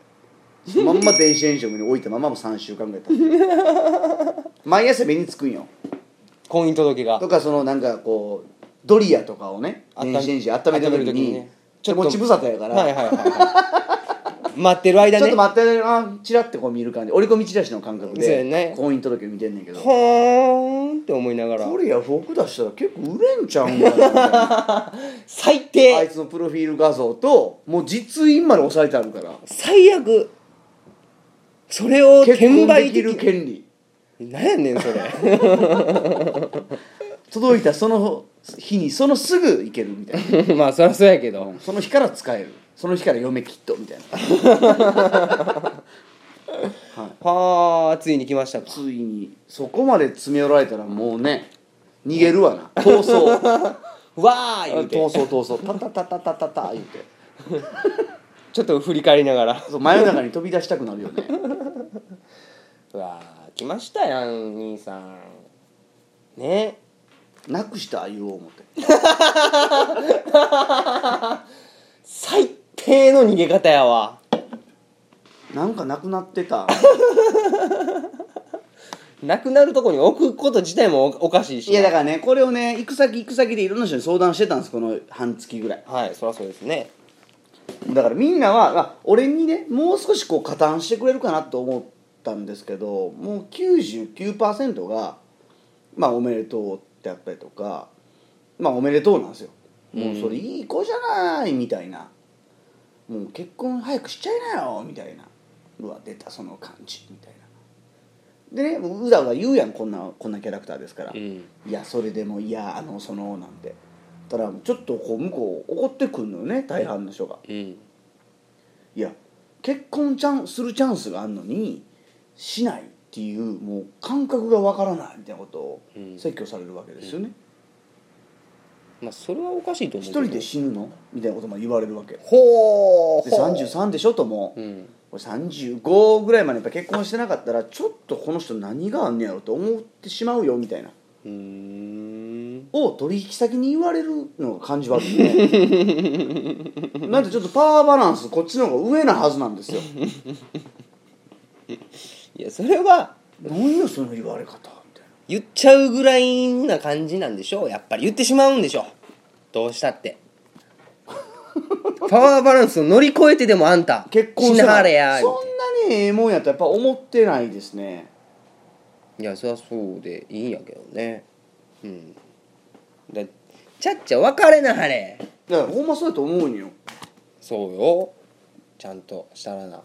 Speaker 2: そのまんま電子レンジを上に置いたままもう3週間ぐらい経って毎朝目につくん よ
Speaker 1: 婚姻届が
Speaker 2: とかそのなんかこうドリアとかをね
Speaker 1: あった
Speaker 2: 電子レンジで温めてる時に
Speaker 1: 温めてる時にね
Speaker 2: ちょっと持ち無沙汰やから、
Speaker 1: はいはいはいはい、待ってる間ね
Speaker 2: ちょっと待ってねあチラッてこう見る感じ折り込みチラシの感覚
Speaker 1: そうや
Speaker 2: で、
Speaker 1: ね
Speaker 2: 婚姻届を見てんねんけど
Speaker 1: ほーんって思いながら
Speaker 2: これヤフオク出したら結構売れんちゃうんかなみたいな
Speaker 1: 最
Speaker 2: あい
Speaker 1: 低
Speaker 2: つのプロフィール画像ともう実印まで押されてあるから
Speaker 1: 最悪それを
Speaker 2: 結
Speaker 1: 転
Speaker 2: 婚
Speaker 1: 売
Speaker 2: でき
Speaker 1: 的
Speaker 2: る
Speaker 1: に
Speaker 2: 権利
Speaker 1: 何やねんそれ
Speaker 2: 届いたその日にそのすぐ行けるみたいな
Speaker 1: まあそりゃそうやけど、
Speaker 2: その日から使えるその日から嫁きっとみたいな
Speaker 1: はあついに来ましたか
Speaker 2: ついにそこまで詰め寄られたらもうね逃げるわな逃走
Speaker 1: わあ言う
Speaker 2: 逃
Speaker 1: て
Speaker 2: 走逃走タタタタタタタ言うて
Speaker 1: ちょっと振り返りながら
Speaker 2: そう真夜中に飛び出したくなるよね
Speaker 1: うわあ来ましたやん兄さんね
Speaker 2: なくした言おう思って
Speaker 1: 最低の逃げ方やわ
Speaker 2: なんかなくなってた
Speaker 1: なくなるとこに置くこと自体もおおかしいし
Speaker 2: いやだからねこれをね行く先行く先でいろんな人に相談してたんですこの半月ぐらい
Speaker 1: はいそりゃそうですね
Speaker 2: だからみんなは、まあ、俺にねもう少しこう加担してくれるかなと思ったんですけどもう99%が「まあおめでとう」っってあったりとかまあおめでとうなんですよもうそれいい子じゃないみたいなもう結婚早くしちゃいなよみたいなうわ出たその感じみたいなでねもううだうだ言うやんこんなこんなキャラクターですから、
Speaker 1: うん
Speaker 2: いやそれでもいやあのそのなんてたらちょっとこう向こう怒ってくんのよね大半の人が
Speaker 1: うん
Speaker 2: いや結婚チャンするチャンスがあるのにしないっていうもう感覚がわからないみたいなことを
Speaker 1: うん
Speaker 2: 説教されるわけですよね、
Speaker 1: まあそれはおかしいと思う
Speaker 2: 一
Speaker 1: けど
Speaker 2: 人で死ぬのみたいなことも言われるわけで
Speaker 1: ほうほう
Speaker 2: 33でしょとも、
Speaker 1: うん
Speaker 2: これ35ぐらいまでやっぱ結婚してなかったらちょっとこの人何があんねやろと思ってしまうよみたいな
Speaker 1: うーん
Speaker 2: を取引先に言われるのが感じ悪い ねなんでちょっとパワーバランスこっちの方が上なはずなん ですよ
Speaker 1: いやそれは
Speaker 2: 何よその言われ方みたいな
Speaker 1: 言っちゃうぐらいな感じなんでしょうやっぱり言ってしまうんでしょうどうしたって パワーバランスを乗り越えてでもあんた
Speaker 2: 結婚
Speaker 1: し
Speaker 2: し
Speaker 1: な
Speaker 2: た
Speaker 1: は
Speaker 2: ら
Speaker 1: れや
Speaker 2: そんなにええもんやとやっぱ思ってないですね
Speaker 1: いやそりゃそうでいいんやけどねうんだちゃっちゃ別れなはれ
Speaker 2: だからほんまそうやと思うんよ
Speaker 1: そうよちゃんとしたらな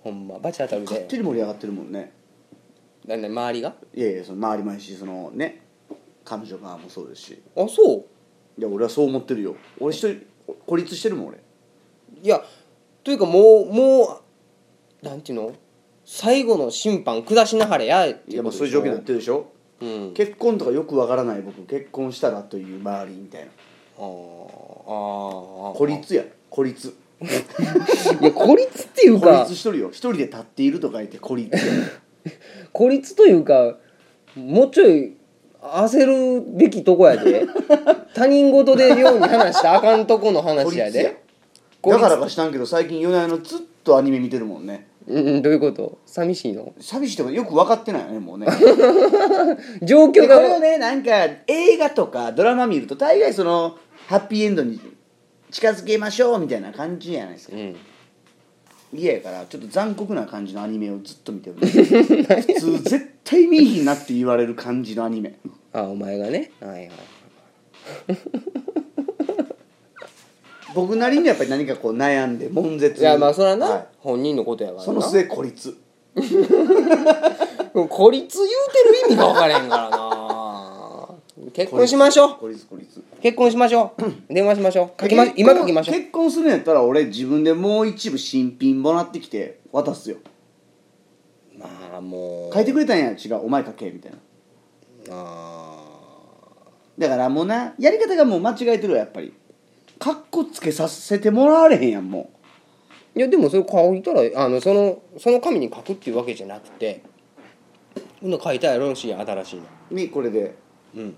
Speaker 1: ほんまバチ当たる
Speaker 2: 勝
Speaker 1: で
Speaker 2: 手に盛り上がってるもんね
Speaker 1: なんで周りが
Speaker 2: いやいやその周りもいいしそのね彼女側もそうですし
Speaker 1: あそう
Speaker 2: いや俺はそう思ってるよ俺一人孤立してるもん俺
Speaker 1: いやというかもうもうなんていうの最後の審判下しなはれやって
Speaker 2: い
Speaker 1: い
Speaker 2: や
Speaker 1: う
Speaker 2: ま
Speaker 1: こ
Speaker 2: あ
Speaker 1: と
Speaker 2: そういう
Speaker 1: でし
Speaker 2: 状
Speaker 1: ょ
Speaker 2: 況になってるでしょ
Speaker 1: うん
Speaker 2: 結婚とかよくわからない僕結婚したらという周りみたいな
Speaker 1: あーあー
Speaker 2: 孤立や孤立
Speaker 1: いや孤立っていう
Speaker 2: 孤
Speaker 1: か
Speaker 2: 立しとるよ一人で立っていると書いて孤立や
Speaker 1: 孤立というかもうちょい焦るべきとこや で他人事でように話したらあかんとこの話やで孤
Speaker 2: だ
Speaker 1: 立
Speaker 2: からかしたんけど最近夜な夜なずっとアニメ見てるもんね
Speaker 1: うんうんどういうこと寂しいの
Speaker 2: 寂しいとかよく分かってないよねもうね
Speaker 1: 状況
Speaker 2: でこれを
Speaker 1: が
Speaker 2: ねなんか映画とかドラマ見ると大概そのハッピーエンドに近づけましょうみたいな感じじゃないですか
Speaker 1: うん
Speaker 2: 嫌やからちょっと残酷な感じのアニメをずっと見てる 普通絶対見いひんなって言われる感じのアニメ
Speaker 1: あお前がねはいはい
Speaker 2: 僕なりにやっぱり何かこう悩んで悶絶
Speaker 1: いやまあそれはな、
Speaker 2: はい
Speaker 1: 本人のことやからな
Speaker 2: その末孤立
Speaker 1: 孤立言うてる意味が分からへんからな結婚しましょう
Speaker 2: 孤立孤立
Speaker 1: 結婚しましょ う電話しましょう書きま今書きましょう
Speaker 2: 結婚するんやったら俺自分でもう一部新品もらってきて渡すよ
Speaker 1: まあもう
Speaker 2: 書いてくれたんや違うお前書けみたいな
Speaker 1: あ
Speaker 2: だからもうなやり方がもう間違えてるわやっぱりカッコつけさせてもらわれへんやんも
Speaker 1: ーいやでもそれ書いたらあのそのその紙に書くっていうわけじゃなくて今書いたやろうし新しいの
Speaker 2: うにこれで
Speaker 1: うん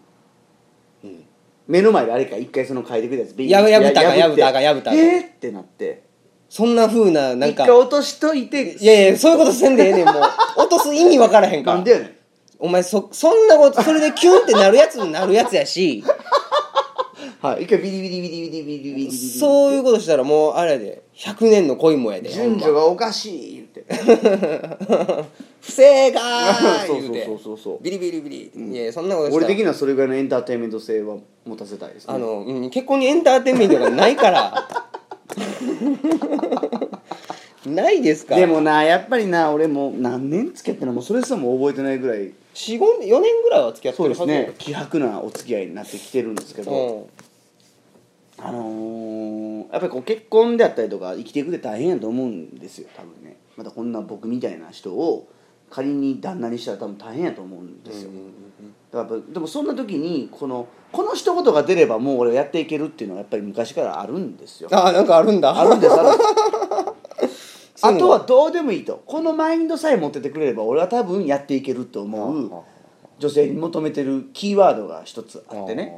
Speaker 1: うん
Speaker 2: 目の前であれか一回その書いてくれたやつビー
Speaker 1: やぶ
Speaker 2: って
Speaker 1: やぶたか
Speaker 2: って
Speaker 1: やぶたかやぶたか
Speaker 2: えーってなって
Speaker 1: そんなふうななん
Speaker 2: 一
Speaker 1: か
Speaker 2: 回落としといて
Speaker 1: いやいやそういうことせんでええねんもう落とす意味分からへんか
Speaker 2: な
Speaker 1: ら
Speaker 2: んでやねん
Speaker 1: お前そそんなことそれでキュンってなるやつになるやつやし
Speaker 2: はい一回ビリビリビリビリビリビリビリ
Speaker 1: そういうことしたらもうあれやで100年の恋もやでほん
Speaker 2: 順
Speaker 1: ま
Speaker 2: 序がおかしい言って
Speaker 1: 不正 解
Speaker 2: そう
Speaker 1: 言て
Speaker 2: そうそうそう
Speaker 1: ビリビリビリ、いやそんなことしたら
Speaker 2: 俺的にはそれぐらいのエンターテインメント性は持たせたいですね
Speaker 1: あの、うん、結婚にエンターテインメントがないから ないですか
Speaker 2: でもなやっぱりな俺もう何年付き合ってんのもうそれすらも覚えてないぐらい
Speaker 1: 45年4年ぐらいは付き合って
Speaker 2: そう
Speaker 1: る
Speaker 2: で
Speaker 1: はず
Speaker 2: すね希薄なお付き合いになってきてるんですけ
Speaker 1: う
Speaker 2: ど、
Speaker 1: ん
Speaker 2: あのーやっぱりこう結婚であったりとか生きていくで大変やと思うんですよ多分ねまたこんな僕みたいな人を仮に旦那にしたら多分大変やと思うんですよ、だからやっぱでもそんな時にこのこの一言が出ればもう俺はやっていけるっていうのはやっぱり昔からあるんですよ
Speaker 1: あなんかあるんだ
Speaker 2: あるんですあるんです
Speaker 1: そう
Speaker 2: あとはどうでもいいとこのマインドさえ持っててくれれば俺は多分やっていけると思う
Speaker 1: はあは
Speaker 2: 女性に求めてるキーワードが一つあってね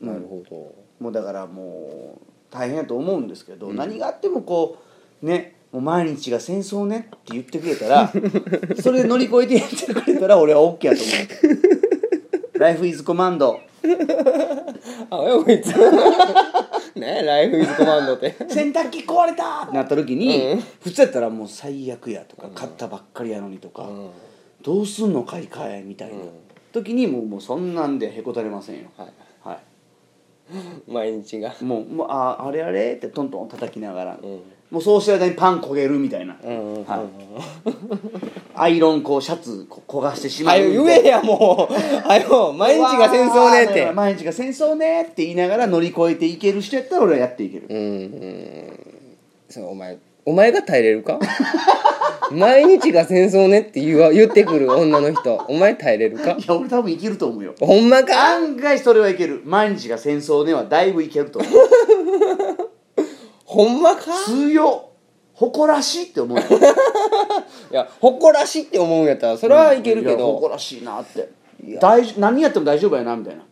Speaker 1: あーなるほど、
Speaker 2: もうだからもう大変やと思うんですけど、何があってもこうねもう毎日が戦争ねって言ってくれたら それで乗り越えてやってくれたら俺は OK やと思 う「ライフイズコマンド
Speaker 1: あやこいつ ねライフイズコマンドって」
Speaker 2: 洗濯機壊れたってなった時に、
Speaker 1: うん
Speaker 2: 普通やったらもう最悪やとか買ったばっかりやのにとか、どうすんの買い替えみたいな、
Speaker 1: うん
Speaker 2: 時にもうもうそんなんでへこたれませんよ
Speaker 1: はい
Speaker 2: は
Speaker 1: 毎日が
Speaker 2: いもうもうああれあれってトントン叩きながら、
Speaker 1: うん
Speaker 2: もうそうしてる間にパン焦げるみたいな、
Speaker 1: うんうんうんうん
Speaker 2: はいアイロンこうシャツこう焦がしてしま
Speaker 1: は
Speaker 2: う
Speaker 1: よ言えやもうはよ毎日が戦争ねって
Speaker 2: うわー毎日が戦争ねって言いながら乗り越えていける人やったら俺はやっていける、
Speaker 1: うんうんそのお前お前が耐えれるか 毎日が戦争ねって言わ言ってくる女の人お前耐えれるか
Speaker 2: いや俺多分いけると思うよ
Speaker 1: ほんまか
Speaker 2: 案外それはいける毎日が戦争ねはだいぶいけると思う
Speaker 1: ほんまか
Speaker 2: 強誇らしいって思うよ
Speaker 1: いや誇らしいって思うんやったらそれはいけるけ
Speaker 2: いや誇
Speaker 1: ど、
Speaker 2: らしいなって大丈何やっても大丈夫やなみたいな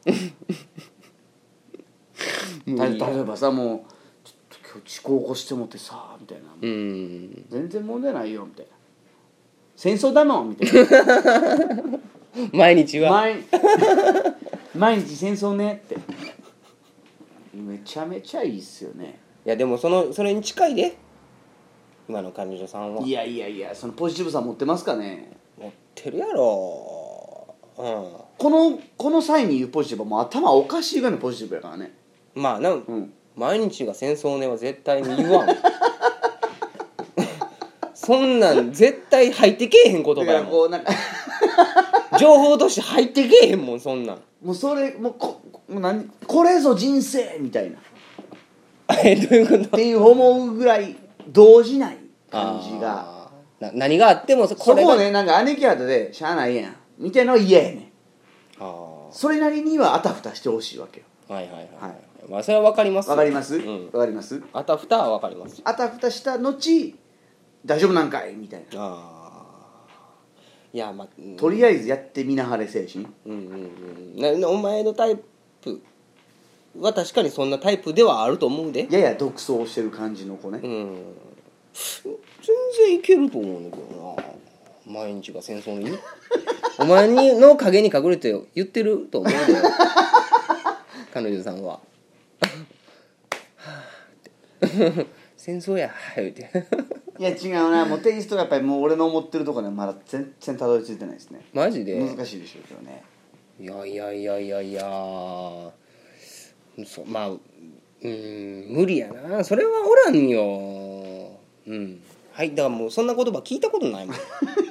Speaker 2: 例えばさもうちょっと今日遅刻起こしてもってさみたいな
Speaker 1: うん、うん
Speaker 2: 全然問題ないよみたいな戦争だもんみたいな
Speaker 1: 毎日は
Speaker 2: 毎 毎日戦争ねってめちゃめちゃいいっすよね
Speaker 1: いやでもそのそれに近いで今の彼女さんはい
Speaker 2: やいやいやそのポジティブさ持ってますかね
Speaker 1: 持ってるやろう
Speaker 2: このこの際に言うポジティブはもう頭おかしいぐらいのポジティブやからね
Speaker 1: んまあなん、
Speaker 2: うん
Speaker 1: 毎日が戦争ねは絶対に言わん そんなん絶対入ってけえへん言葉
Speaker 2: だか
Speaker 1: や
Speaker 2: ら
Speaker 1: も
Speaker 2: こうなんか
Speaker 1: ん情報として入ってけえへんもんそんなん
Speaker 2: もうそれもうこもう何これぞ人生みたいなっ
Speaker 1: えどういうこと
Speaker 2: ていう思うぐらい動じない感じが
Speaker 1: あーな何があってもそ
Speaker 2: そ
Speaker 1: これ
Speaker 2: こ
Speaker 1: が
Speaker 2: をねなんか姉貴方でしゃあないやんみたいなのは嫌やねん
Speaker 1: あー
Speaker 2: それなりにはあたふたしてほしいわけよ
Speaker 1: はいはいはい、
Speaker 2: はい
Speaker 1: まあそれはわかります
Speaker 2: わかりますわ、
Speaker 1: うん、
Speaker 2: かります
Speaker 1: あたふたはわかります
Speaker 2: あたふたした後大丈夫なんかいみたいな
Speaker 1: ああいやまあうん
Speaker 2: とりあえずやってみなはれ精神
Speaker 1: うんうんうんなお前のタイプは確かにそんなタイプではあると思うで
Speaker 2: やや独走してる感じの子ね、
Speaker 1: うん全然いけると思うんだけどな毎日が戦争に お前にの影に隠れて言ってると思うんだよ 彼女さんは はあって戦争や言うて
Speaker 2: いや違うなもうテイストがやっぱりもう俺の思ってるところにはまだ全然たどり着いてないですね
Speaker 1: マジで
Speaker 2: 難しいでしょうけどね
Speaker 1: いやいやいやいやいやそまあうん無理やなそれはおらんようんはいだからもうそんな言葉聞いたことないもん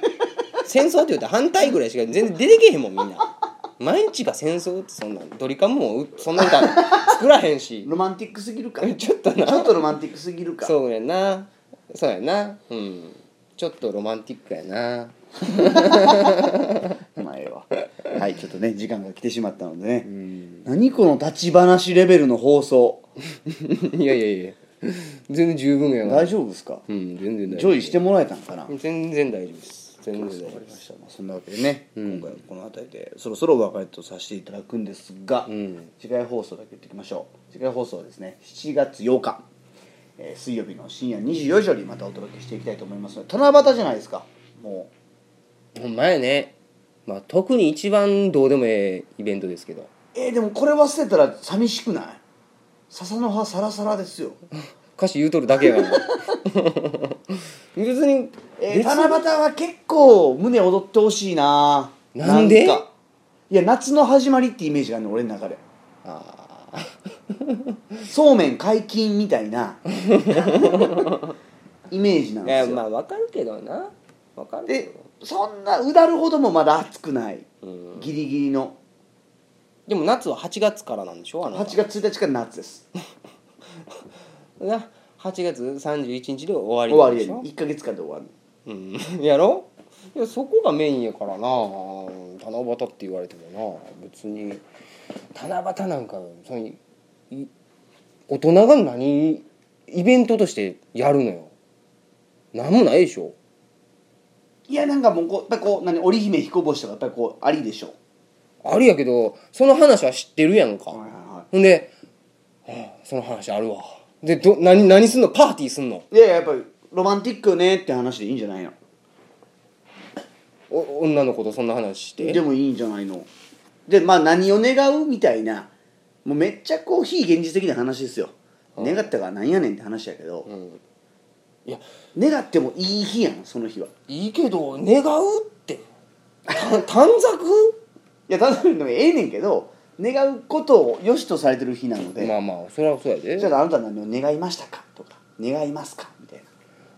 Speaker 1: 戦争って言うと反対ぐらいしか全然出てけへんもんみんな毎日が戦争ってそんなんドリカムもうそんな歌作らへんし
Speaker 2: ロマンティックすぎるか
Speaker 1: ちょっとな
Speaker 2: ちょっとロマンティックすぎるか
Speaker 1: そうやなそうやなうんちょっとロマンティックやな
Speaker 2: お前は はいちょっとね時間が来てしまったのでね、
Speaker 1: ん
Speaker 2: 何この立ち話レベルの放送
Speaker 1: いやいやいや全然十分やな
Speaker 2: 大丈夫ですか、
Speaker 1: うん全然大
Speaker 2: ジ
Speaker 1: 丈
Speaker 2: ョイしてもらえたんかな、わか
Speaker 1: 夫全然大丈夫です全然大丈夫
Speaker 2: り
Speaker 1: で
Speaker 2: ますしたまあそんなわけでね、
Speaker 1: うん
Speaker 2: 今回はこの辺りでそろそろお別れとさせていただくんですが、
Speaker 1: うん
Speaker 2: 次回放送だけ言っておきましょう次回放送はですね7月8日、えー水曜日の深夜24時よりまたお届けしていきたいと思いますので七夕じゃないですかもう
Speaker 1: ほんまやね、まあ、特に一番どうでもええイベントですけど
Speaker 2: えーでもこれ忘れたら寂しくない笹の葉サラサラですよ
Speaker 1: 歌詞言うとるだけやからな別に、
Speaker 2: えー
Speaker 1: 別に
Speaker 2: 七夕は結構胸躍ってほしいな
Speaker 1: なんで
Speaker 2: かいや夏の始まりってイメージがあるの俺の中で
Speaker 1: あ
Speaker 2: そうめん解禁みたい なイメージなん
Speaker 1: ーい
Speaker 2: で
Speaker 1: や
Speaker 2: すよ、
Speaker 1: まあわかるけどなわかるけ
Speaker 2: で
Speaker 1: ど
Speaker 2: そんなうだるほどもまだ暑くない、
Speaker 1: うん
Speaker 2: ギリギリの
Speaker 1: でも夏は8月からなんでしょあなた
Speaker 2: 8月1日から夏です
Speaker 1: な8月31日で終
Speaker 2: 終
Speaker 1: わ
Speaker 2: わ
Speaker 1: り
Speaker 2: り
Speaker 1: で
Speaker 2: や
Speaker 1: し
Speaker 2: り
Speaker 1: ょ
Speaker 2: 1か月間で終わる
Speaker 1: うん、 やろいやそこがメインやからな七夕って言われてもな別に七夕なんかそのい大人が何イベントとしてやるのよ何もないでしょ
Speaker 2: いやなんかもうこうやっぱこう何織姫彦星とかやっぱりこうありでしょ
Speaker 1: あるやけどその話は知ってるやんか、
Speaker 2: いは
Speaker 1: ほんで、はあ、その話あるわでど何何すんのパーティーすんの
Speaker 2: いやいややっぱりロマンティックよねって話でいいんじゃないの
Speaker 1: お女の子とそんな話して
Speaker 2: でもいいんじゃないのでまあ何を願うみたいなもうめっちゃこう非現実的な話ですよ願ったからなんやねんって話やけど、
Speaker 1: んいや
Speaker 2: 願ってもいい日やんその日はい
Speaker 1: いけど願うってた短冊
Speaker 2: いや頼むのもええねんけど願うことを良しとされてる日なので、
Speaker 1: まあまあそれはそうやで
Speaker 2: じゃああなたは何を願いましたかとか願いますかみたいな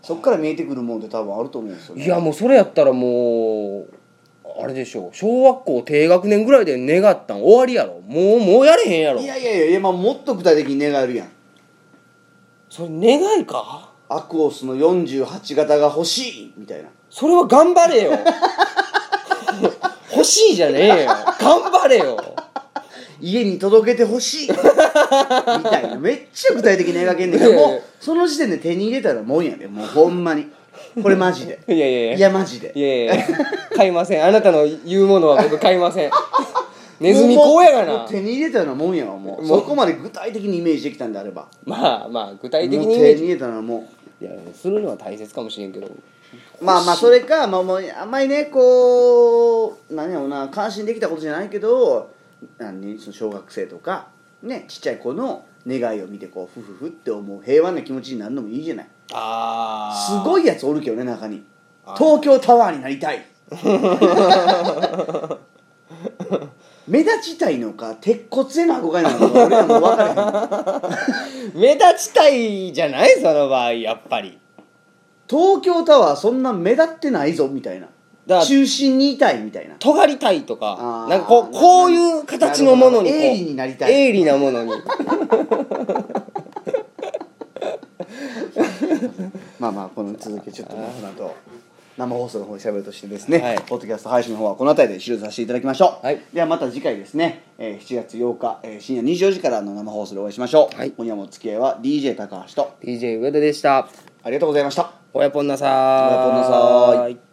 Speaker 2: そっから見えてくるもんって多分あると思うんですよね
Speaker 1: いやもうそれやったらもうあれでしょう小学校低学年ぐらいで願ったん終わりやろもうもうやれへんやろ
Speaker 2: いやいやいやいや、まあ、もっと具体的に願えるやん
Speaker 1: それ願いか
Speaker 2: アクオスの48型が欲しいみたいな
Speaker 1: それは頑張れよ 欲しいじゃねえよ頑張れよ
Speaker 2: 家に届けてほ しいみたいなめっちゃ具体的に描けんねんけどもうその時点で手に入れたらもんやでもうほんまにこれマジで
Speaker 1: いやいやいや
Speaker 2: いやマジで
Speaker 1: いやいやいや買いませんあなたの言うものは僕買いませ んネズミこうや
Speaker 2: も
Speaker 1: が
Speaker 2: うも
Speaker 1: な
Speaker 2: う手に入れたようなもんやわもう
Speaker 1: もう
Speaker 2: そこまで具体的にイメージできたんであれば
Speaker 1: まあまあ具体的
Speaker 2: も
Speaker 1: に
Speaker 2: う
Speaker 1: イメ
Speaker 2: 手
Speaker 1: ー
Speaker 2: に
Speaker 1: ジ
Speaker 2: 入れたのはも
Speaker 1: いやするのは大切かもしれんけど
Speaker 2: うまあまあそれか、まあ、もうあんまりねこう何やろうな感心できたことじゃないけど何その小学生とかねちっちゃい子の願いを見てこうふふふって思う平和な気持ちになるのもいいじゃない
Speaker 1: あ
Speaker 2: すごいやつおるけどね中に
Speaker 1: あー
Speaker 2: 東京タワーになり たい目立ちたいのか鉄骨への憧れなのか俺らもう分からへん
Speaker 1: 目立ちたいじゃないその場合やっぱり
Speaker 2: 東京タワーそんな目立ってないぞみたいな
Speaker 1: だから
Speaker 2: 中心にいたいみたいな
Speaker 1: 尖りたいとか
Speaker 2: あー
Speaker 1: なんかこうこういう形のものにこう
Speaker 2: なるほど鋭利になりたい
Speaker 1: 鋭利なものに
Speaker 2: まあまあこの続きちょっとこの後生放送の方で喋るとしてですね、
Speaker 1: はい
Speaker 2: ポッドキャスト配信の方はこの辺りで終了させていただきましょう、
Speaker 1: はい
Speaker 2: ではまた次回ですね、えー7月8日、えー深夜24時からの生放送でお会いしましょう、
Speaker 1: はい
Speaker 2: 今夜もお付き合いは DJ 高橋と
Speaker 1: DJ 上田でした
Speaker 2: ありがとうございました
Speaker 1: 親ポンなさー
Speaker 2: 親ポンなさー
Speaker 1: い